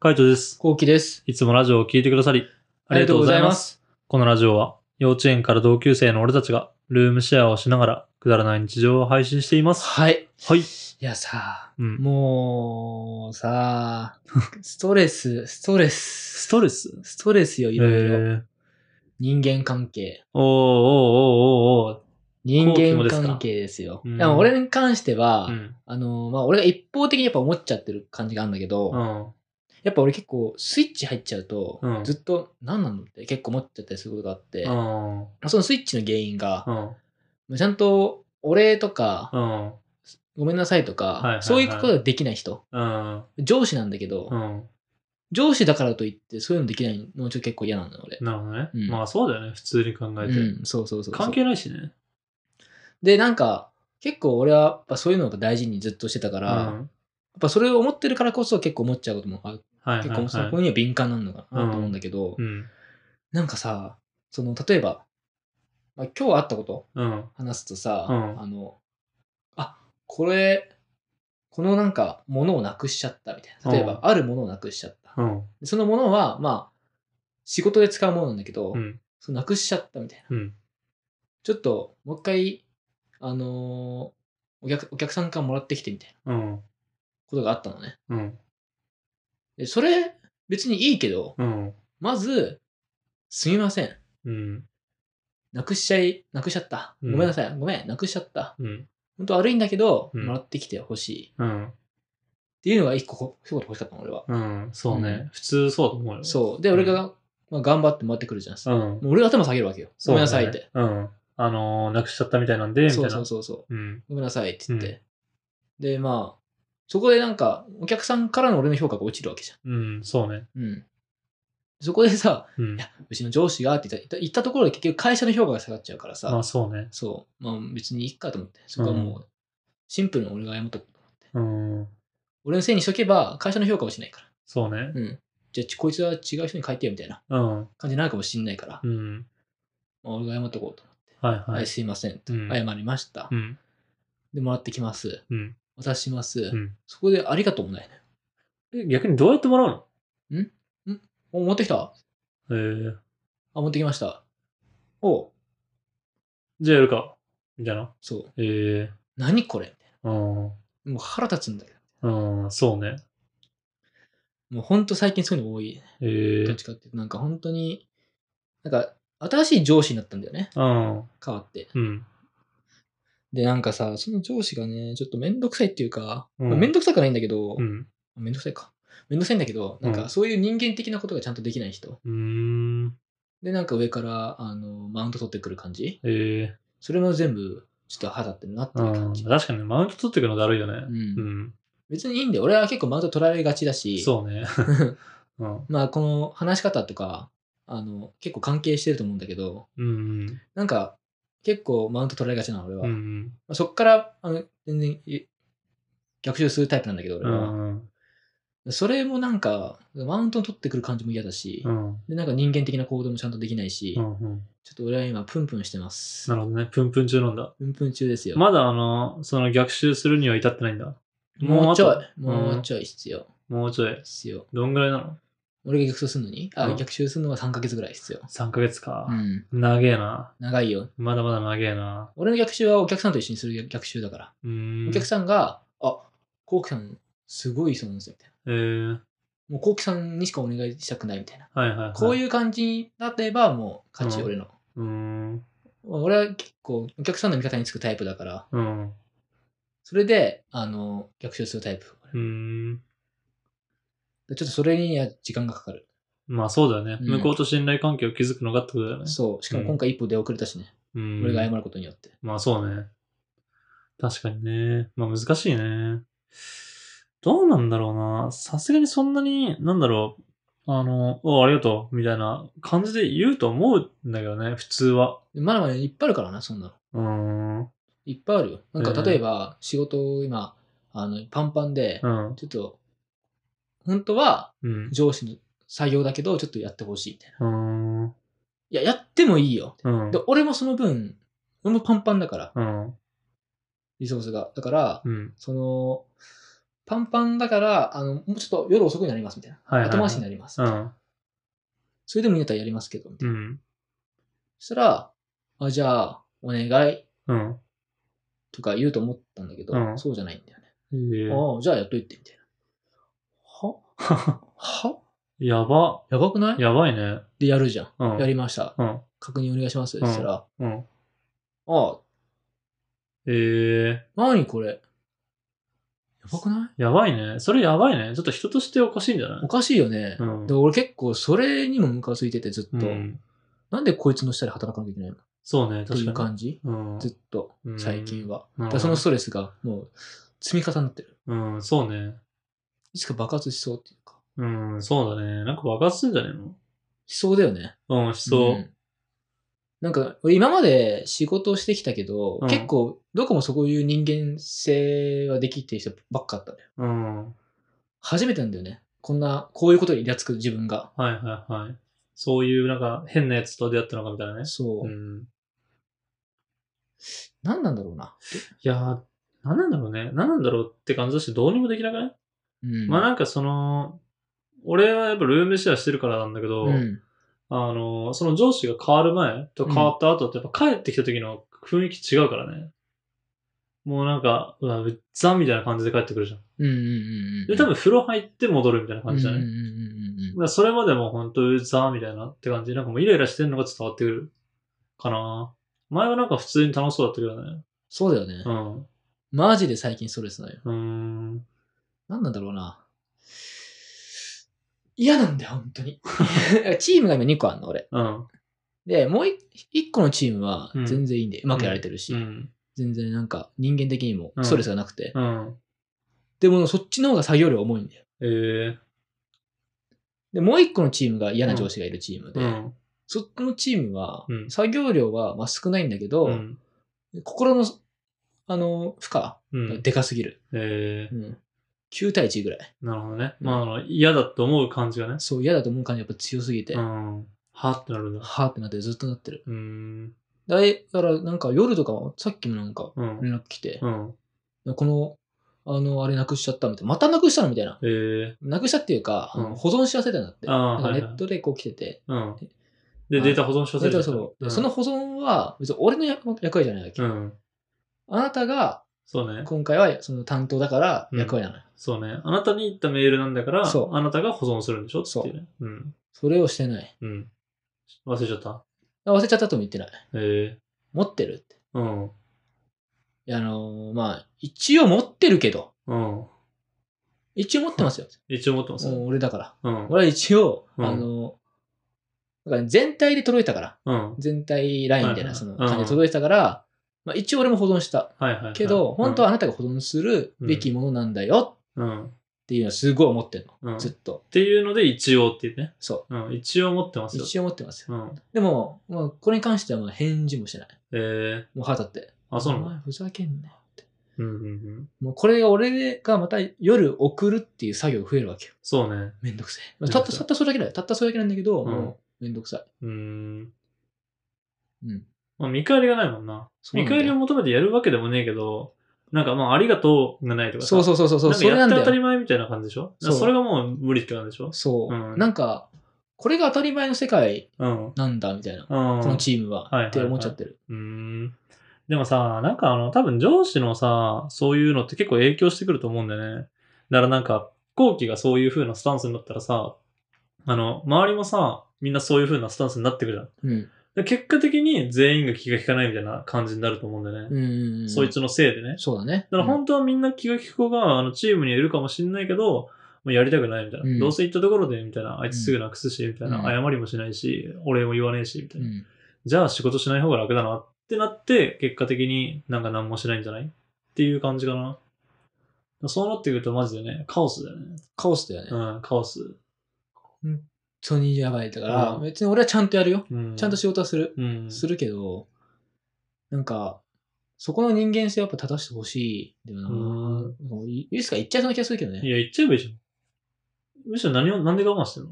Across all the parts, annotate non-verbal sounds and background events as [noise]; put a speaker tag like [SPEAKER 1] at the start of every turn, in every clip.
[SPEAKER 1] カイトです。
[SPEAKER 2] こうきです。
[SPEAKER 1] いつもラジオを聞いてくださり、ありがとうございます。このラジオは、幼稚園から同級生の俺たちが、ルームシェアをしながら、くだらない日常を配信しています。
[SPEAKER 2] はい。
[SPEAKER 1] はい。
[SPEAKER 2] いやさ、
[SPEAKER 1] うん。
[SPEAKER 2] もうさ、 [laughs] ストレス、ストレス、
[SPEAKER 1] ストレス
[SPEAKER 2] ストレスよ、
[SPEAKER 1] え
[SPEAKER 2] い
[SPEAKER 1] え
[SPEAKER 2] ろいろ。
[SPEAKER 1] ー。
[SPEAKER 2] 人間関係。
[SPEAKER 1] おーおーおーおーおー
[SPEAKER 2] 人
[SPEAKER 1] こうきも
[SPEAKER 2] 間
[SPEAKER 1] ですか
[SPEAKER 2] 関係ですよ。
[SPEAKER 1] うん
[SPEAKER 2] でも俺に関しては、
[SPEAKER 1] うん。
[SPEAKER 2] あの、まあ、俺が一方的にやっぱ思っちゃってる感じがあるんだけど、
[SPEAKER 1] うん。
[SPEAKER 2] やっぱ俺結構スイッチ入っちゃうと、
[SPEAKER 1] うん
[SPEAKER 2] ずっと何なのって結構思っちゃったりすることがあって、
[SPEAKER 1] うん。
[SPEAKER 2] そのスイッチの原因が
[SPEAKER 1] う、ん。
[SPEAKER 2] ちゃんとお礼とか、
[SPEAKER 1] うん。
[SPEAKER 2] ごめんなさいとか、
[SPEAKER 1] いはいはい
[SPEAKER 2] そういうことができない人、
[SPEAKER 1] うん。
[SPEAKER 2] 上司なんだけど、
[SPEAKER 1] うん。
[SPEAKER 2] 上司だからといってそういうのできないのちょっと結構嫌なんだよ俺。
[SPEAKER 1] なるほどね
[SPEAKER 2] う。ん
[SPEAKER 1] まあそうだよね。普通に考えて。
[SPEAKER 2] うん、そうそうそうそう
[SPEAKER 1] 関係ないしね。
[SPEAKER 2] で、なんか、結構俺はやっぱそういうのを大事にずっとしてたか
[SPEAKER 1] う
[SPEAKER 2] ら、やっ
[SPEAKER 1] ん。
[SPEAKER 2] ぱそれを思ってるからこそ結構思っちゃうこともある。
[SPEAKER 1] はいはい
[SPEAKER 2] 結構そこ
[SPEAKER 1] はい。
[SPEAKER 2] には敏感なのかなと思うんだけど、
[SPEAKER 1] うん。
[SPEAKER 2] なんかさ、その、例えば、まあ、今日あったこと
[SPEAKER 1] うん。
[SPEAKER 2] 話すとさ、
[SPEAKER 1] うん
[SPEAKER 2] あの、あ、これ、このなんか、ものをなくしちゃったみたいな。例えば、
[SPEAKER 1] うん
[SPEAKER 2] あるものをなくしちゃった。
[SPEAKER 1] うん。
[SPEAKER 2] でそのものは、まあ、仕事で使うものなんだけど、
[SPEAKER 1] うん。
[SPEAKER 2] そのなくしちゃったみたいな。
[SPEAKER 1] うん。
[SPEAKER 2] ちょっと、もう一回、あのーお客、お客さんからもらってきてみたいな
[SPEAKER 1] うん。
[SPEAKER 2] ことがあったのね。
[SPEAKER 1] うん。
[SPEAKER 2] で、それ、別にいいけど、
[SPEAKER 1] うん。
[SPEAKER 2] まず、すみません。
[SPEAKER 1] うん。
[SPEAKER 2] なくしちゃい、なくしちゃった。
[SPEAKER 1] うん
[SPEAKER 2] ごめんなさい。ごめん、なくしちゃった。
[SPEAKER 1] うん。
[SPEAKER 2] 本当悪いんだけど、
[SPEAKER 1] うん
[SPEAKER 2] もらってきてほしい。っ
[SPEAKER 1] うん。
[SPEAKER 2] ていうのが一個ほ、一言欲しかったの、俺は。
[SPEAKER 1] うん。そう
[SPEAKER 2] う
[SPEAKER 1] ね。普通そうと思うよ。
[SPEAKER 2] そう。で、
[SPEAKER 1] うん
[SPEAKER 2] 俺が、まあ、頑張ってもらってくるじゃん。
[SPEAKER 1] う。ん。
[SPEAKER 2] もう俺が頭下げるわけよ。ごめんなさいっ
[SPEAKER 1] そう
[SPEAKER 2] て
[SPEAKER 1] ね。。うん。あのー、なくしちゃったみたいなんで、みたい
[SPEAKER 2] そう
[SPEAKER 1] な。
[SPEAKER 2] そうそうそう。
[SPEAKER 1] うん。
[SPEAKER 2] ごめんなさいって言って。で、まあ、そこでなんか、お客さんからの俺の評価が落ちるわけじ
[SPEAKER 1] うん。そうね。
[SPEAKER 2] ゃん。うん。そこでさ、
[SPEAKER 1] うん
[SPEAKER 2] い。や、うちの上司がって言った言ったところで結局会社の評価が下がっちゃうからさ、
[SPEAKER 1] まあそうね。
[SPEAKER 2] そう、まあ別にいいかと思って、そこはもう、シンプルに俺が謝っとくと思って。
[SPEAKER 1] うん。
[SPEAKER 2] 俺のせいにしとけば、会社の評価はしないか
[SPEAKER 1] そうね。
[SPEAKER 2] ら。うん。じゃあ、ちこいつは違う人に書いてよみたいな
[SPEAKER 1] うん。
[SPEAKER 2] 感じになるかもしんないから、
[SPEAKER 1] うん。
[SPEAKER 2] まあ、俺が謝っとこうと思って。
[SPEAKER 1] はい
[SPEAKER 2] は、
[SPEAKER 1] はいい。
[SPEAKER 2] すいません。
[SPEAKER 1] うん
[SPEAKER 2] 謝りました
[SPEAKER 1] う。ん。
[SPEAKER 2] で、もらってきます。
[SPEAKER 1] うん。
[SPEAKER 2] 渡します。
[SPEAKER 1] うん。
[SPEAKER 2] そこでありがとうもないね。
[SPEAKER 1] え逆にどうやってもらう
[SPEAKER 2] お、持ってきた
[SPEAKER 1] のええ。
[SPEAKER 2] あ、持ってきました。おう
[SPEAKER 1] じゃあやるか。みたいな。
[SPEAKER 2] そう。
[SPEAKER 1] ええ。
[SPEAKER 2] 何これみた
[SPEAKER 1] う
[SPEAKER 2] い
[SPEAKER 1] ん。
[SPEAKER 2] なもう腹立つんだけど。
[SPEAKER 1] うん。そうね。
[SPEAKER 2] もうほんと最近そういうの多いね。
[SPEAKER 1] え
[SPEAKER 2] どっ
[SPEAKER 1] え。
[SPEAKER 2] ちかっていうと、なんか本当に、なんか新しい上司になったんだよね。
[SPEAKER 1] うん。
[SPEAKER 2] 変わって。
[SPEAKER 1] うん。
[SPEAKER 2] で、なんかさ、その上司がね、ちょっとめんどくさいっていうか、
[SPEAKER 1] うん
[SPEAKER 2] まあめんどくさくはないんだけど、
[SPEAKER 1] うん。
[SPEAKER 2] めんどくさいか。めんどくさいんだけど、なん
[SPEAKER 1] うん
[SPEAKER 2] かそういう人間的なことがちゃんとできない人。
[SPEAKER 1] うーん。
[SPEAKER 2] で、なんか上から、あの、マウント取ってくる感じ。
[SPEAKER 1] ええ。
[SPEAKER 2] それも全部、ちょっと肌ってるなって
[SPEAKER 1] う
[SPEAKER 2] いうん感じ。
[SPEAKER 1] 確かにマウント取ってくのだるいよね。
[SPEAKER 2] うん
[SPEAKER 1] うん。
[SPEAKER 2] 別にいいんだよ。俺は結構マウント取られがちだし、
[SPEAKER 1] そうね。 [laughs] うん。
[SPEAKER 2] まあこの話し方とかあの結構関係してると思うんだけど
[SPEAKER 1] うん。
[SPEAKER 2] なんか結構マウント取られがちなの俺
[SPEAKER 1] う
[SPEAKER 2] は、ま
[SPEAKER 1] ん。
[SPEAKER 2] あ、そっからあの全然い逆襲するタイプなんだけど
[SPEAKER 1] う
[SPEAKER 2] 俺は、
[SPEAKER 1] ん。
[SPEAKER 2] それもなんかマウント取ってくる感じも嫌だし、
[SPEAKER 1] うん。
[SPEAKER 2] でなんか人間的な行動もちゃんとできないし、
[SPEAKER 1] うんうん。
[SPEAKER 2] ちょっと俺は今プンプンしてます
[SPEAKER 1] なるほどね。プンプン中なんだ。
[SPEAKER 2] プンプン中ですよ、
[SPEAKER 1] まだあの、その逆襲するには至ってないんだ。
[SPEAKER 2] もうちょい
[SPEAKER 1] もうあと
[SPEAKER 2] もうちょい必要
[SPEAKER 1] もうちょい。
[SPEAKER 2] 必要
[SPEAKER 1] どんぐらいなの
[SPEAKER 2] 俺が逆襲するのにあ、
[SPEAKER 1] うん
[SPEAKER 2] 逆襲するのは3ヶ月ぐらい必要
[SPEAKER 1] ?3 ヶ月か
[SPEAKER 2] う。ん
[SPEAKER 1] 長えな。
[SPEAKER 2] 長いよ
[SPEAKER 1] まだまだ長えな。
[SPEAKER 2] 俺の逆襲はお客さんと一緒にする逆襲だから
[SPEAKER 1] うーん。
[SPEAKER 2] お客さんが、あ、コウキさん、すごい人なんですよ、みたい
[SPEAKER 1] えー、
[SPEAKER 2] な。もうコウキさんにしかお願いしたくない、みたいな。
[SPEAKER 1] はいはい、はい。
[SPEAKER 2] こう
[SPEAKER 1] う。
[SPEAKER 2] いう感じになれば、もう勝ち、
[SPEAKER 1] うん
[SPEAKER 2] 俺の。
[SPEAKER 1] うーん。
[SPEAKER 2] 俺は結構、お客さんの味方につくタイプだから、
[SPEAKER 1] うん。う
[SPEAKER 2] それで、あの、逆襲するタイプ。
[SPEAKER 1] ーん。
[SPEAKER 2] でちょっとそれには時間がかかる。
[SPEAKER 1] まあそうだよね。
[SPEAKER 2] うん
[SPEAKER 1] 向こうと信頼関係を築くのがってことだよね。
[SPEAKER 2] そう。しかも今回一歩出遅れたしね。
[SPEAKER 1] うん。
[SPEAKER 2] 俺が謝ることによって。
[SPEAKER 1] まあそうね。確かにね。まあ難しいね。どうなんだろうな。さすがにそんなに、なんだろう。あの、おありがとう、みたいな感じで言うと思うんだけどね、普通は。
[SPEAKER 2] でまだまだいっぱいあるからな、そんなの。
[SPEAKER 1] うーん。
[SPEAKER 2] いっぱいあるよ。なん
[SPEAKER 1] う
[SPEAKER 2] か、
[SPEAKER 1] ん
[SPEAKER 2] 例えば、仕事を今、あの、パンパンで
[SPEAKER 1] う、ん。
[SPEAKER 2] ちょっと、本当は
[SPEAKER 1] うん。
[SPEAKER 2] 上司の作業だけど、ちょっとやってほしい、みたいな。
[SPEAKER 1] うん。
[SPEAKER 2] いや、やってもいいよ。
[SPEAKER 1] うん。
[SPEAKER 2] で、俺もその分、俺もパンパンだから、
[SPEAKER 1] うん。
[SPEAKER 2] リソースが。だから、
[SPEAKER 1] うん。
[SPEAKER 2] その、パンパンだから、あの、もうちょっと夜遅くになりますみたいな。
[SPEAKER 1] はいはいはい
[SPEAKER 2] 後回しになります。
[SPEAKER 1] うん。
[SPEAKER 2] それでも言うたらやりますけど、みたいな。
[SPEAKER 1] うん。
[SPEAKER 2] そしたら、あ、じゃあ、お願い
[SPEAKER 1] うん。
[SPEAKER 2] とか言うと思ったんだけど、
[SPEAKER 1] うん
[SPEAKER 2] そうじゃないんだよね。
[SPEAKER 1] えー、
[SPEAKER 2] ああ、じゃあやっといて、みたいな。はは
[SPEAKER 1] やば。
[SPEAKER 2] やばくない
[SPEAKER 1] やばいね。
[SPEAKER 2] で、やるじゃん。
[SPEAKER 1] うん。
[SPEAKER 2] やりました。
[SPEAKER 1] うん。
[SPEAKER 2] 確認お願いします。
[SPEAKER 1] ん
[SPEAKER 2] そしたら、
[SPEAKER 1] うん。
[SPEAKER 2] ああ、
[SPEAKER 1] えー、
[SPEAKER 2] 何これ。やばくない
[SPEAKER 1] やばいね。それやばいね。ちょっと人としておかしいんじゃな
[SPEAKER 2] お
[SPEAKER 1] い
[SPEAKER 2] かしいよね。
[SPEAKER 1] うん
[SPEAKER 2] で俺結構それにもムカついててずっ
[SPEAKER 1] う
[SPEAKER 2] と、
[SPEAKER 1] ん。
[SPEAKER 2] なんでこいつの下で働かなきゃいけないの
[SPEAKER 1] そうね、
[SPEAKER 2] とい
[SPEAKER 1] 確
[SPEAKER 2] う
[SPEAKER 1] かに。
[SPEAKER 2] 感じ
[SPEAKER 1] うん。
[SPEAKER 2] ずっと
[SPEAKER 1] うん
[SPEAKER 2] 最近は。
[SPEAKER 1] なるほど
[SPEAKER 2] だからそのストレスがもう積み重なってる。
[SPEAKER 1] うん、そうね。
[SPEAKER 2] いつか爆発しそうっていうか。
[SPEAKER 1] うん、そうだね。なんか爆発するんじゃないの
[SPEAKER 2] しそうだよね。
[SPEAKER 1] うん、しそう。
[SPEAKER 2] んなんか、俺今まで仕事をしてきたけど、
[SPEAKER 1] うん
[SPEAKER 2] 結構どこもそういう人間性はできてる人ばっかだったね。
[SPEAKER 1] うん。
[SPEAKER 2] 初めてなんだよね。こんな、こういうことにイラつく自分が。
[SPEAKER 1] はいはいはい。そういうなんか変なやつと出会ったのかみたいなね。
[SPEAKER 2] そう。
[SPEAKER 1] ん。い
[SPEAKER 2] 何なんだろうな。
[SPEAKER 1] やー、なんなんだろうね。なんなんだろうって感じだし、どうにもできなくない、
[SPEAKER 2] うん。
[SPEAKER 1] まあなんかその、俺はやっぱルームシェアしてるからなんだけど、
[SPEAKER 2] うん。
[SPEAKER 1] あの、その上司が変わる前と変わった後ってやっぱ帰ってきた時の雰囲気違うからね。もうなんか、うわ、うっざみたいな感じで帰ってくるじゃん。
[SPEAKER 2] うんうんうんうん。
[SPEAKER 1] で、多分風呂入って戻るみたいな感じじゃない、
[SPEAKER 2] うんうんうんうん
[SPEAKER 1] だからそれまでも本当うざーみたいなって感じで、なんかもうイライラしてんのが伝わってくるかな。前はなんか普通に楽しそうだったけどね。
[SPEAKER 2] そうだよね。マジで最近ストレスなのよ。
[SPEAKER 1] うん。うーん。
[SPEAKER 2] 何なんだろうな。嫌なんだよ、本
[SPEAKER 1] [laughs]
[SPEAKER 2] 当に。チームが今2個あんの、俺。
[SPEAKER 1] うん。
[SPEAKER 2] で、もう 1, 個のチームは
[SPEAKER 1] うん
[SPEAKER 2] 全然いいんで、うまくやれてるし、
[SPEAKER 1] うん。
[SPEAKER 2] 全然なんか人間的にもストレスがなくて。
[SPEAKER 1] うん。
[SPEAKER 2] でもそっちの方が作業量重いんだよ。
[SPEAKER 1] ええ
[SPEAKER 2] で、もう1個のチームが嫌な上司がいるチームで、
[SPEAKER 1] うん。
[SPEAKER 2] そっちのチームは
[SPEAKER 1] うん
[SPEAKER 2] 作業量はまあ少ないんだけど、
[SPEAKER 1] うん。
[SPEAKER 2] 心の、あの、負荷が
[SPEAKER 1] うん。
[SPEAKER 2] でかすぎる。
[SPEAKER 1] ええ
[SPEAKER 2] うん、9対1ぐらい。
[SPEAKER 1] なるほどね。まあ、あの、嫌だと思う感じがね。
[SPEAKER 2] そう、嫌だと思う感じやっぱ強すぎて、
[SPEAKER 1] うん。はってなるんだ。
[SPEAKER 2] はーってなってずっとなってる。
[SPEAKER 1] うーん。
[SPEAKER 2] だいだから、なんか夜とかも、さっきもなんか
[SPEAKER 1] うん。
[SPEAKER 2] 連絡来て
[SPEAKER 1] う、ん。
[SPEAKER 2] この、あの、あれなくしちゃったみたいな。またなくしたのみたいな。
[SPEAKER 1] ええ
[SPEAKER 2] なくしたっていうか、あの
[SPEAKER 1] うん
[SPEAKER 2] 保存し忘れたんだって。
[SPEAKER 1] ああ
[SPEAKER 2] な
[SPEAKER 1] ー、
[SPEAKER 2] んか
[SPEAKER 1] はい、
[SPEAKER 2] ネ
[SPEAKER 1] は
[SPEAKER 2] ッ
[SPEAKER 1] い。
[SPEAKER 2] トでこう来てて。
[SPEAKER 1] うん。
[SPEAKER 2] あ
[SPEAKER 1] で、データ保存し忘
[SPEAKER 2] そ
[SPEAKER 1] れ
[SPEAKER 2] れ
[SPEAKER 1] ちゃった
[SPEAKER 2] とそううんその保存は、別に俺の役役割じゃないわけ。
[SPEAKER 1] うん。
[SPEAKER 2] あなたが、
[SPEAKER 1] そうね。
[SPEAKER 2] 今回はその担当だから
[SPEAKER 1] うん
[SPEAKER 2] 役割なのよ。
[SPEAKER 1] そうね。あなたに言ったメールなんだから、
[SPEAKER 2] そう
[SPEAKER 1] あなたが保存するんでしょっていうね。うん。
[SPEAKER 2] それをしてない。
[SPEAKER 1] うん。忘れちゃった。
[SPEAKER 2] 忘れちゃったとも言ってない。
[SPEAKER 1] ええ
[SPEAKER 2] 持ってるって。
[SPEAKER 1] うん。
[SPEAKER 2] いやあのーまあ、一応持ってるけど、
[SPEAKER 1] うん。
[SPEAKER 2] 一応持ってますよ。
[SPEAKER 1] 一応持ってます
[SPEAKER 2] も
[SPEAKER 1] よ。
[SPEAKER 2] う俺だか
[SPEAKER 1] う
[SPEAKER 2] ら。
[SPEAKER 1] ん。
[SPEAKER 2] 俺は一応、
[SPEAKER 1] うん
[SPEAKER 2] あのーだから全体で届いたから。
[SPEAKER 1] うん。
[SPEAKER 2] 全体ラインみたい
[SPEAKER 1] は
[SPEAKER 2] ないその
[SPEAKER 1] うん
[SPEAKER 2] 感じで届いてたから、まあ、一応俺も保存した
[SPEAKER 1] はいはいはい。
[SPEAKER 2] けど、本当は
[SPEAKER 1] は、
[SPEAKER 2] あなたが保存するべきものなんだよ
[SPEAKER 1] うん。っ
[SPEAKER 2] っていうのはすごい思ってんの、
[SPEAKER 1] うん
[SPEAKER 2] ずっと
[SPEAKER 1] ていうので、一応っていうね。
[SPEAKER 2] そ
[SPEAKER 1] うん。一応持ってま
[SPEAKER 2] う
[SPEAKER 1] すよ。
[SPEAKER 2] 一応思ってますよ
[SPEAKER 1] うん。
[SPEAKER 2] でも、まあ、これに関してはまあ返事もしてない
[SPEAKER 1] ええ
[SPEAKER 2] もう腹立って
[SPEAKER 1] あ、そうな
[SPEAKER 2] お
[SPEAKER 1] の
[SPEAKER 2] 前ふざけんなよって
[SPEAKER 1] うんうんうん。
[SPEAKER 2] もうこれが俺がまた夜送るっていう作業が増えるわけよ
[SPEAKER 1] そうね。
[SPEAKER 2] めんどくせえ、
[SPEAKER 1] めんど
[SPEAKER 2] たっ
[SPEAKER 1] く
[SPEAKER 2] た
[SPEAKER 1] さい
[SPEAKER 2] たったそれだけだよたったそれだけなんだけど、
[SPEAKER 1] うん
[SPEAKER 2] もうめんどくさ
[SPEAKER 1] うーん。
[SPEAKER 2] い、うん、
[SPEAKER 1] まあ、見返りがないもんな。
[SPEAKER 2] そう
[SPEAKER 1] 見
[SPEAKER 2] なんだよ
[SPEAKER 1] 返りを求めてやるわけでもねえけど、なんかまあ、ありがとうがないとかさ。
[SPEAKER 2] そうそうそうそうそう
[SPEAKER 1] なん
[SPEAKER 2] そ
[SPEAKER 1] か
[SPEAKER 2] れな
[SPEAKER 1] やっ
[SPEAKER 2] ん
[SPEAKER 1] て
[SPEAKER 2] だ
[SPEAKER 1] 当た
[SPEAKER 2] よ
[SPEAKER 1] り前みたいな感じでしょ
[SPEAKER 2] そう
[SPEAKER 1] それがもう無理って感じでしょ
[SPEAKER 2] そう、
[SPEAKER 1] うん
[SPEAKER 2] なんかこれが当たり前の世界
[SPEAKER 1] うん。うん。
[SPEAKER 2] なんだみたいなこ
[SPEAKER 1] の
[SPEAKER 2] のチームは、
[SPEAKER 1] はいはいはい
[SPEAKER 2] って思っちゃってる。
[SPEAKER 1] うーん。でもさ、なんかあの、多分上司のさ、そういうのって結構影響してくると思うんだよね。だからなんか、後期がそういう風なスタンスになったらさ、あの、周りもさ、みんなそういう風なスタンスになってくるじゃん。
[SPEAKER 2] うん。
[SPEAKER 1] で結果的に全員が気が利かないみたいな感じになると思うんだよね。
[SPEAKER 2] うんうんうん。
[SPEAKER 1] そいつのせいでね。
[SPEAKER 2] そうだね。
[SPEAKER 1] だから本当はみんな気が利く子が、あの、チームにいるかもしんないけど、もうやりたくないみたいな。
[SPEAKER 2] うん
[SPEAKER 1] どうせ行ったところで、みたいな。あいつすぐなくすし、みたいな。
[SPEAKER 2] うん
[SPEAKER 1] 謝りもしないし、お礼も言わねえし、みた
[SPEAKER 2] う
[SPEAKER 1] いな。
[SPEAKER 2] ん。
[SPEAKER 1] じゃあ仕事しない方が楽だなってなって、結果的になんか何もしないんじゃないっていう感じかな。そうなってくるとマジでね、カオスだよね。
[SPEAKER 2] カオスだよね。本
[SPEAKER 1] うん、カオス。
[SPEAKER 2] 当にやばい。だから、
[SPEAKER 1] うん
[SPEAKER 2] 別に俺はちゃんとやるよ。
[SPEAKER 1] うん、
[SPEAKER 2] ちゃんと仕事はする。
[SPEAKER 1] うん。
[SPEAKER 2] するけど、なんか、そこの人間性をやっぱ正してほしいんだよな。
[SPEAKER 1] うん
[SPEAKER 2] もういいつか言っちゃいそうな気がするけど
[SPEAKER 1] い
[SPEAKER 2] ね。
[SPEAKER 1] や、言っちゃえばいいじゃん。むしろ何を、なんで我慢してんの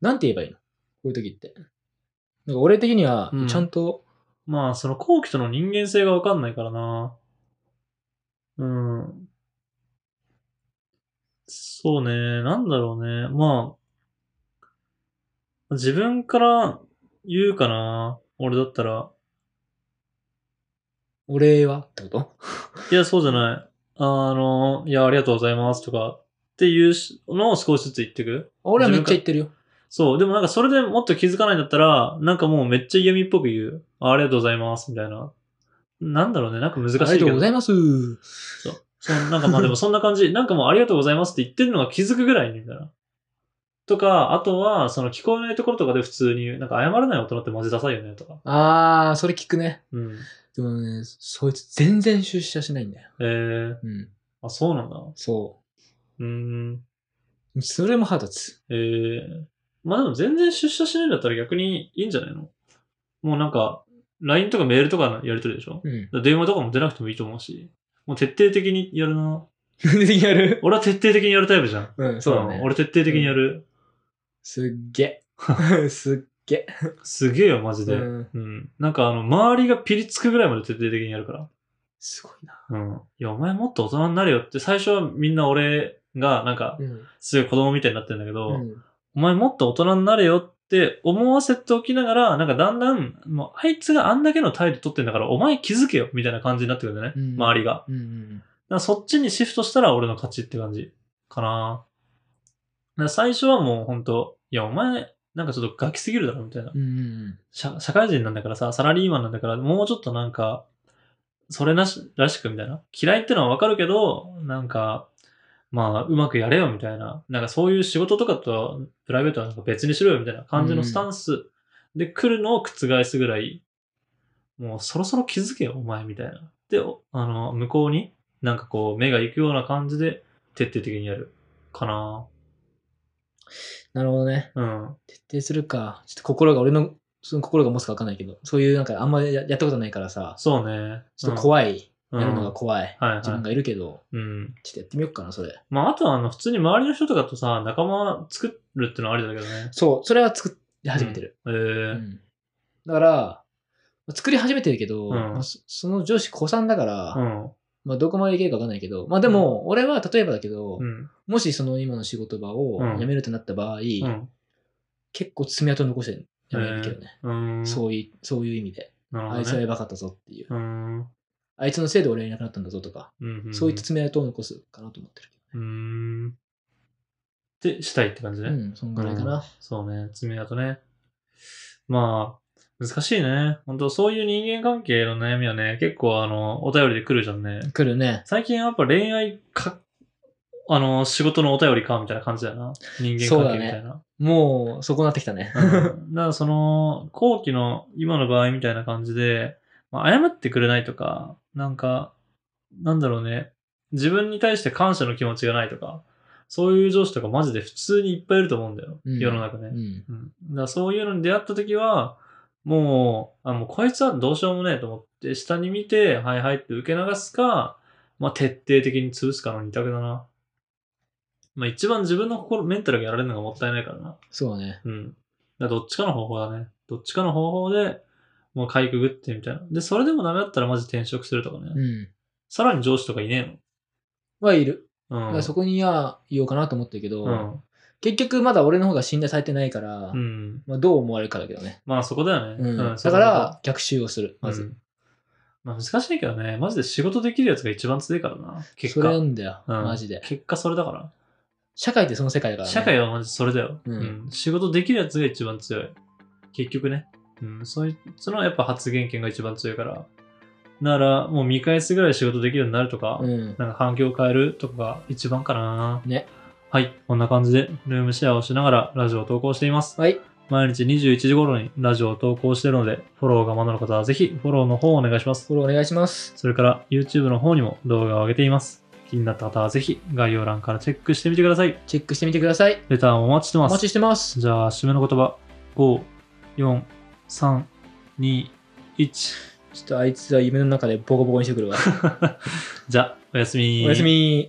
[SPEAKER 2] なんて言えばいいのこういう時って。なんか俺的には
[SPEAKER 1] う、ん
[SPEAKER 2] ちゃんと、
[SPEAKER 1] まあ、その後期との人間性がわかんないからな。うん。そうね、なんだろうね。まあ、自分から言うかな。俺だったら。
[SPEAKER 2] お礼はってこと
[SPEAKER 1] いや、そうじゃない。あの、いや、ありがとうございますとかっていうしのを少しずつ言ってく。
[SPEAKER 2] 俺はめっちゃ言ってるよ。
[SPEAKER 1] そう。でもなんかそれでもっと気づかないんだったら、なんかもうめっちゃ嫌味っぽく言う。あありがとうございます、みたいな。なんだろうね。なんか難しいけど。
[SPEAKER 2] ありがとうございます。
[SPEAKER 1] そう、なんかまあで
[SPEAKER 2] [laughs]
[SPEAKER 1] もそんな感じ。なんかもうありがとうございますって言ってるのが気づくぐらいね、みたいな。とか、あとは、その聞こえないところとかで普通に、なんか謝らない大人ってマジダサいよね、とか。
[SPEAKER 2] あー、それ聞くね。
[SPEAKER 1] うん。
[SPEAKER 2] でもね、そいつ全然出社しないんだよ。
[SPEAKER 1] えー、
[SPEAKER 2] うん。
[SPEAKER 1] あ、そうなんだ。
[SPEAKER 2] そう
[SPEAKER 1] ーん。
[SPEAKER 2] う。それも腹立つ。
[SPEAKER 1] えー、まあでも全然出社しないんだったら逆にいいんじゃないのもうなんか、LINE とかメールとかのやりとりでしょ
[SPEAKER 2] うん。 [laughs]
[SPEAKER 1] 電話とかも出なくてもいいと思うし。もう徹底的にやるな。
[SPEAKER 2] やる
[SPEAKER 1] 俺は徹底的にやるタイプじゃん。
[SPEAKER 2] うん、そうだね。
[SPEAKER 1] 俺徹底的にやる。
[SPEAKER 2] すっげえ。 [laughs] すっげ
[SPEAKER 1] すげえよ、マジ
[SPEAKER 2] え。
[SPEAKER 1] で。
[SPEAKER 2] うん。
[SPEAKER 1] うん。なんかあの、周りがピリつくぐらいまで徹底的にやるから。
[SPEAKER 2] すごいな。
[SPEAKER 1] うん。いや、お前もっと大人になれよって、最初はみんな俺が、なんか、
[SPEAKER 2] うん。
[SPEAKER 1] すごい子供みたいになってるんだけど、
[SPEAKER 2] うん
[SPEAKER 1] お前もっと大人になれよって思わせておきながら、なんかだんだん、もうあいつがあんだけの態度取ってんだから、お前気づけよみたいな感じになってくるんだね、
[SPEAKER 2] うん
[SPEAKER 1] 周りが。だか
[SPEAKER 2] うん。
[SPEAKER 1] らそっちにシフトしたら俺の勝ちって感じかな。だから最初はもうほんと、いや、お前、なんかちょっとガキすぎるだろ、みたいな
[SPEAKER 2] う。ん。
[SPEAKER 1] 社社会人なんだからさ、サラリーマンなんだから、もうちょっとなんか、それなし、らしくみたいな。嫌いってのはわかるけど、なんか、まあ、うまくやれよみたいな。なんかそういう仕事とかとプライベートはなんか別にしろよみたいな感じのスタンスで来るのを覆すぐらい、もうそろそろ気づけよ、お前みたいな。で、おあの、向こうになんかこう、目が行くような感じで徹底的にやる。かな
[SPEAKER 2] なるほどね。
[SPEAKER 1] うん。
[SPEAKER 2] 徹底するか。ちょっと心が、俺の、その心が持つか分かんないけど、そういうなんかあんまりややったことないからさ、
[SPEAKER 1] そうね。
[SPEAKER 2] ちょっと怖い。
[SPEAKER 1] うん
[SPEAKER 2] やるのが怖い。
[SPEAKER 1] うんはいはい
[SPEAKER 2] 自分がいるけど、
[SPEAKER 1] うん。
[SPEAKER 2] ちょっとやってみようかな、それ。
[SPEAKER 1] まあ、あとは、あの、普通に周りの人とかとさ、仲間作るってのはありだけどね。
[SPEAKER 2] そう、それは作り始めてる。
[SPEAKER 1] ええ
[SPEAKER 2] うんだから、作り始めてるけど、
[SPEAKER 1] うん
[SPEAKER 2] まあそその上司子さんだから、
[SPEAKER 1] うん。
[SPEAKER 2] まあどこまでいけるか分かんないけど、まあでも、俺は例えばだけど、
[SPEAKER 1] うん。
[SPEAKER 2] もしその今の仕事場を
[SPEAKER 1] うん
[SPEAKER 2] 辞めるとなった場
[SPEAKER 1] う
[SPEAKER 2] 合、
[SPEAKER 1] ん。
[SPEAKER 2] 結構爪痕残して辞めるけどね。
[SPEAKER 1] うん。
[SPEAKER 2] そういう、そういう意味で。
[SPEAKER 1] う。な
[SPEAKER 2] あ
[SPEAKER 1] るほ
[SPEAKER 2] いつ
[SPEAKER 1] ど
[SPEAKER 2] は
[SPEAKER 1] ね。
[SPEAKER 2] やばかったぞっていう。
[SPEAKER 1] うん。
[SPEAKER 2] あいつのせいで俺はいなくなったんだぞとか、
[SPEAKER 1] うんん。
[SPEAKER 2] そういった爪痕を残すかなと思ってるけ
[SPEAKER 1] うん。で、したいって感じ
[SPEAKER 2] ど
[SPEAKER 1] ね。
[SPEAKER 2] ね。うん、そんぐらいか
[SPEAKER 1] うん
[SPEAKER 2] な。
[SPEAKER 1] そうね。爪だとね。まあ、難しいね。本当そういう人間関係の悩みはね、結構、あの、お便りで来るじゃんね。
[SPEAKER 2] 来るね。
[SPEAKER 1] 最近やっぱ恋愛か、あの、仕事のお便りか、みたいな感じだよな。人
[SPEAKER 2] そう
[SPEAKER 1] 間
[SPEAKER 2] だ
[SPEAKER 1] 関係
[SPEAKER 2] ね
[SPEAKER 1] みたいな。
[SPEAKER 2] もう、そこなってきたね。
[SPEAKER 1] うんだからその、後期の今の場合みたいな感じで、まあ、謝ってくれないとか、なんか、なんだろうね、自分に対して感謝の気持ちがないとか、そういう上司とかマジで普通にいっぱいいると思うんだよ、
[SPEAKER 2] うん
[SPEAKER 1] 世の中
[SPEAKER 2] う
[SPEAKER 1] ね。
[SPEAKER 2] ん。
[SPEAKER 1] うんだからそういうのに出会った時は、もう、あ、もうこいつはどうしようもねえと思って、下に見て、はいはいって受け流すか、まあ、徹底的に潰すかの二択だな。まあ、一番自分の心、メンタルがやられるのがもったいないからな。
[SPEAKER 2] そうだね。
[SPEAKER 1] うん。だからどっちかの方法だね。どっちかの方法で、もうかいくぐってみたいな。で、それでもダメだったらマジ転職するとかね。
[SPEAKER 2] うん。
[SPEAKER 1] さらに上司とかいね
[SPEAKER 2] はいる。
[SPEAKER 1] えの。
[SPEAKER 2] だ
[SPEAKER 1] う
[SPEAKER 2] か
[SPEAKER 1] ん。
[SPEAKER 2] らそこには言おうかなと思ってるけど、
[SPEAKER 1] うん。
[SPEAKER 2] 結局まだ俺の方が信頼されてないから、
[SPEAKER 1] うん。
[SPEAKER 2] まあ、どう思われるかだけどね。
[SPEAKER 1] まあそこだよね。
[SPEAKER 2] うん。だ
[SPEAKER 1] そうそ
[SPEAKER 2] か
[SPEAKER 1] う
[SPEAKER 2] ら、逆襲をする、
[SPEAKER 1] そう
[SPEAKER 2] ま
[SPEAKER 1] う
[SPEAKER 2] ず。
[SPEAKER 1] んまあ難しいけどね。マジで仕事できるやつが一番強いからな。結
[SPEAKER 2] それ
[SPEAKER 1] 果。
[SPEAKER 2] なんだよ、
[SPEAKER 1] うん
[SPEAKER 2] マジで。
[SPEAKER 1] 結果それだから。
[SPEAKER 2] 社会ってその世界だから、ね。
[SPEAKER 1] 社会はマジそれだよ。
[SPEAKER 2] うん
[SPEAKER 1] 仕事できるやつが一番強い。結局ね。うん。そいつのやっぱ発言権が一番強いから。なら、もう見返すぐらい仕事できるようになるとか、
[SPEAKER 2] うん。
[SPEAKER 1] なんか環境を変えるとかが一番かな。
[SPEAKER 2] ね。
[SPEAKER 1] はい。こんな感じで、ルームシェアをしながらラジオを投稿しています。
[SPEAKER 2] はい。
[SPEAKER 1] 毎日21時頃にラジオを投稿しているので、フォローがまだの方はぜひフォローの方をお願いします。
[SPEAKER 2] フォローお願いします。
[SPEAKER 1] それから YouTube の方にも動画を上げています。気になった方はぜひ概要欄からチェックしてみてください。
[SPEAKER 2] チェックしてみてください。
[SPEAKER 1] レターもお待ちして
[SPEAKER 2] お
[SPEAKER 1] ま
[SPEAKER 2] 待
[SPEAKER 1] す。
[SPEAKER 2] ちしてます。
[SPEAKER 1] じゃあ、締めの言葉。5、4、3、2、1。 [laughs]
[SPEAKER 2] ちょっとあいつは夢の中でボコボコにしてくるわ。
[SPEAKER 1] じゃあ、おやすみ。
[SPEAKER 2] おやすみ